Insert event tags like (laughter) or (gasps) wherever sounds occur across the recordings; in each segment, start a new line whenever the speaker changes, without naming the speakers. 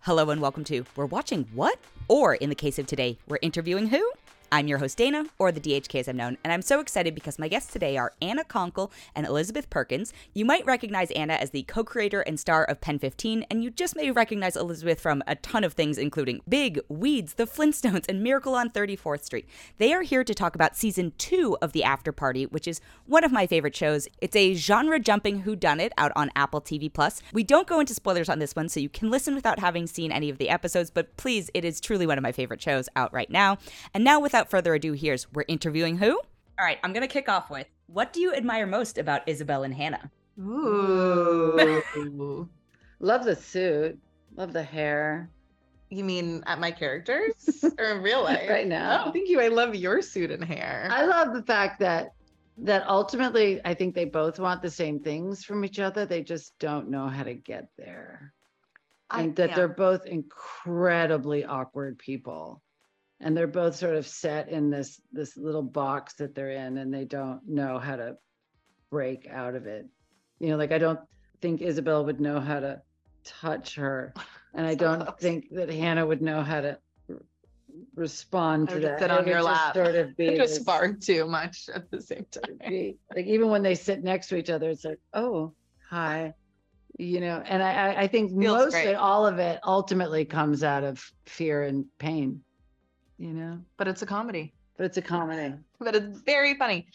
Hello and welcome to We're Watching What? Or in the case of today, we're interviewing who? I'm your host, Dana, or the DHK as I'm known, and I'm so excited because my guests today are Anna Conkle and Elizabeth Perkins. You might recognize Anna as the co creator and star of Pen 15, and you just may recognize Elizabeth from a ton of things, including Big, Weeds, The Flintstones, and Miracle on 34th Street. They are here to talk about season two of The After Party, which is one of my favorite shows. It's a genre jumping whodunit out on Apple TV. Plus. We don't go into spoilers on this one, so you can listen without having seen any of the episodes, but please, it is truly one of my favorite shows out right now. And now, without further ado, here's we're interviewing who? All right, I'm going to kick off with what do you admire most about Isabel and Hannah?
Ooh.
Love the suit. Love the hair.
(laughs) you mean at my characters or in (laughs) real life?
Right now.
Oh, thank you. I love your suit and hair.
I love the fact that that ultimately I think they both want the same things from each other. They just don't know how to get there.
I-
and that
yeah.
they're both incredibly awkward people. And they're both sort of set in this this little box that they're in and they don't know how to break out of it. You know, like I don't think Isabel would know how to
(laughs)
touch her. And I
So
don't
close.
think that Hannah would know how to r- respond
I
to
would
that.
sit
It
on
would
your
just
lap. (laughs)
Sort of be
I
this-
just far too much at the same time.
be- like even when they sit next to each other, it's like, oh, hi, you know. And I, I, I think
Feels
mostly
great.
all of it ultimately comes out of fear and pain, you know.
But it's a comedy.
But it's a comedy.
But it's very funny.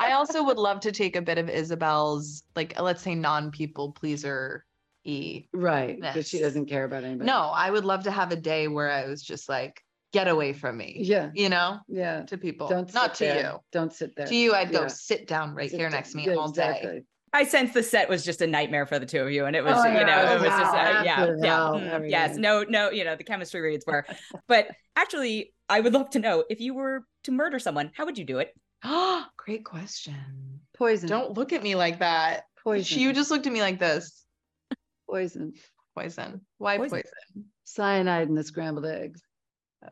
I also would love to take a bit of Isabel's, like, let's say non people pleaser e
Right. Because she
Yes.
doesn't care about anybody.
No, I would love to have a day where I was just like, get away from me,
Yeah.
you know,
Yeah.
to people,
Don't
not to
sit there. Don't sit
you.
there.
To you, I'd go
Yeah.
sit down right
Sit
here
there.
next to me
Yeah,
all day.
exactly.
I sense the set was just a nightmare for the two of you, and it was,
Oh,
you know,
yeah.
it was just,
Wow.
uh, yeah,
Absolute
yeah,
hell,
mm, yes,
everything.
no, no, you know, the chemistry reads were. But actually, I would love to know if you were to murder someone, how would you do it?
Oh, (gasps) great question.
Poison.
Don't look at me like that.
poison.
You just looked at me like this.
poison.
Poison. Why
Poison.
poison?
Cyanide in the scrambled eggs.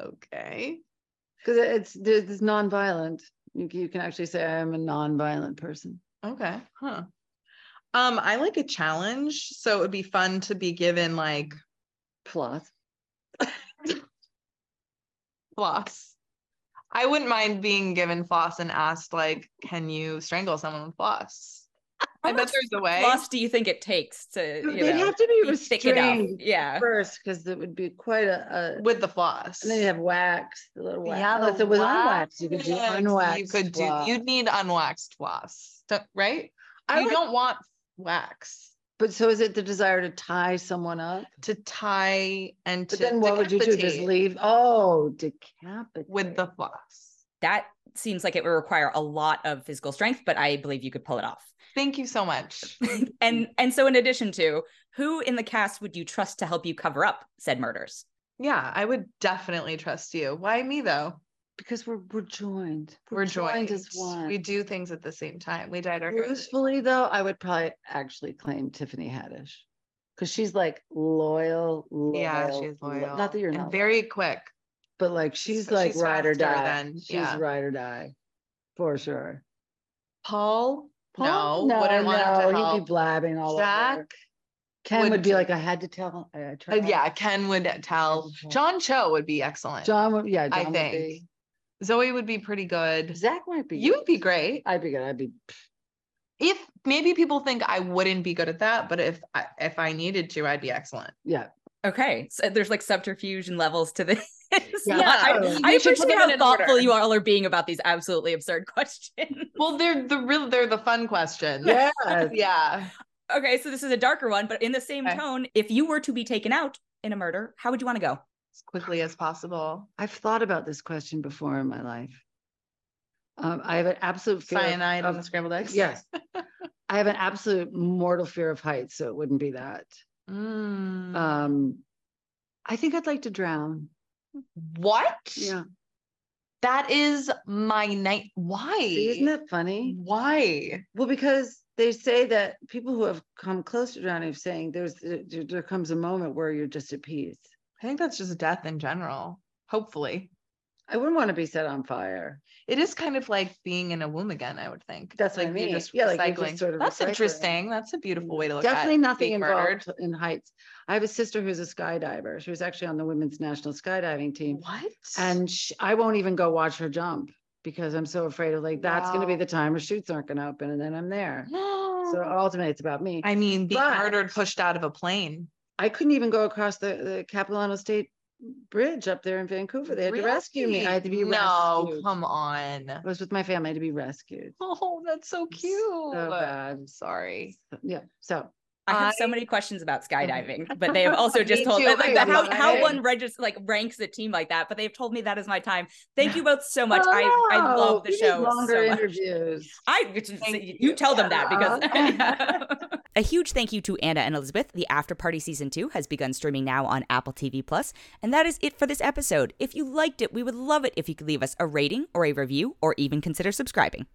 Okay.
Because it's it's nonviolent. You, you can actually say I am a nonviolent person.
Okay. Huh. Um, I like a challenge, so it would be fun to be given like
Plot.
floss. I wouldn't mind being given floss and asked, like, can you strangle someone with
(laughs)
floss?
How
I bet
much
there's a way.
Loss do you think it takes to, you
They'd
know,
have to be
be thick enough?
restrained
Yeah.
first because it would be quite a, a
with the floss.
and then you have wax, the little wax.
Yeah,
Oh,
the
so with unwax, you could do
wax,
unwaxed.
You could do.
floss.
You'd need unwaxed floss, don't- right?
I
you
would-
don't want wax
but so is it the desire to tie someone up?
to tie and to.
But then what would you do? Just
decapitate
leave? Oh, decapitate
with the floss.
That seems like it would require a lot of physical strength, but I believe you could pull it off.
Thank you so
(laughs)
much.
And and so in addition to, who in the cast would you trust to help you cover up said murders?
yeah, I would definitely trust you. Why me though?
because we're we're joined.
We're, joined.
as one.
We do things at the same time. We dyed our hair. the-
Truthfully, though, I would probably actually claim Tiffany Haddish because she's like loyal, loyal.
Yeah, she's
lo-
loyal.
Not that you're
and
not,
very quick.
but like she's
she's
like ride or
faster
die.
than-
she's
yeah.
ride or die, for sure.
Paul,
Paul?
no, wouldn't want him to
he'd
help.
be blabbing all over.
Jack,
Ken would,
would-
be like, I had to tell. I, I
uh,
tried."
yeah, Ken would tell.
Paul.
John Cho would be excellent.
John would, yeah, John
I
would
think Zoe would be pretty
be.
good.
Zach might be.
You would
good.
be great.
I'd be good. I'd be.
If maybe people think I wouldn't be good at that, but if I, if I needed to, I'd be excellent.
Yeah.
Okay. So there's like subterfuge and levels to this. (laughs)
Yeah.
I-
totally.
I
You should put
appreciate
them in
how
an
thoughtful
order.
you all are being about these absolutely absurd (laughs) questions.
Well, they're the real. They're the fun questions.
(laughs) Yeah.
yeah.
okay, so this is a darker one, but in the same
Okay.
tone, if you were to be taken out in a murder, how would you want to go?
As quickly as possible.
I've thought about this question before in my life. Um, I have an absolute fear. of-
Cyanide on
of-
the scrambled eggs.
Um, Yes. I have an absolute mortal fear of heights, so it wouldn't be that.
(laughs) Mm.
Um, I think I'd like to drown.
what?
Yeah.
That is my night. Why?
See, Isn't that funny?
Why?
Well, because they say that people who have come close to drowning are saying there's there, there comes a moment where you're just at peace.
I think that's just death in general. Hopefully.
I wouldn't want to be set on fire.
It is kind of like being in a womb again, I would think.
That's what I
like you're
mean.
just
Yeah, like you're
recycling.
just sort of
That's
recycling.
interesting. That's a beautiful way to look
Definitely
at
nothing
being
involved in heights. I have a sister who's a skydiver. She was actually on the women's national skydiving team.
What?
And sh I won't even go watch her jump because I'm so afraid of like, that's going to be
Wow.
the time her chutes aren't going to open and then I'm there.
no.
So ultimately, it's about me. I,
I mean, being
But-
murdered, pushed out of a plane.
couldn't even go across the, the Capilano State Bridge up there in Vancouver. They had to rescue me. I had to be
No,
rescued.
come on.
I was with my family I had to be rescued.
(laughs) Oh, that's so cute.
So bad.
I'm sorry.
Yeah. So
I have so
I-
many questions about
(laughs)
skydiving, but they have also
Me
just told
too.
like the- how,
Right.
how one registers like ranks a team like that. But they've told me that is my time. Thank you both so much. I, I
Oh,
love the
we need
show
Longer
so much.
interviews.
I which is-
Thank
you, tell them that (laughs)
Yeah.
because a huge thank you to Anna and Elizabeth. The After Party season 2 has begun streaming now on Apple TV Plus, and that is it for this episode. If you liked it, we would love it if you could leave us a rating or a review or even consider subscribing.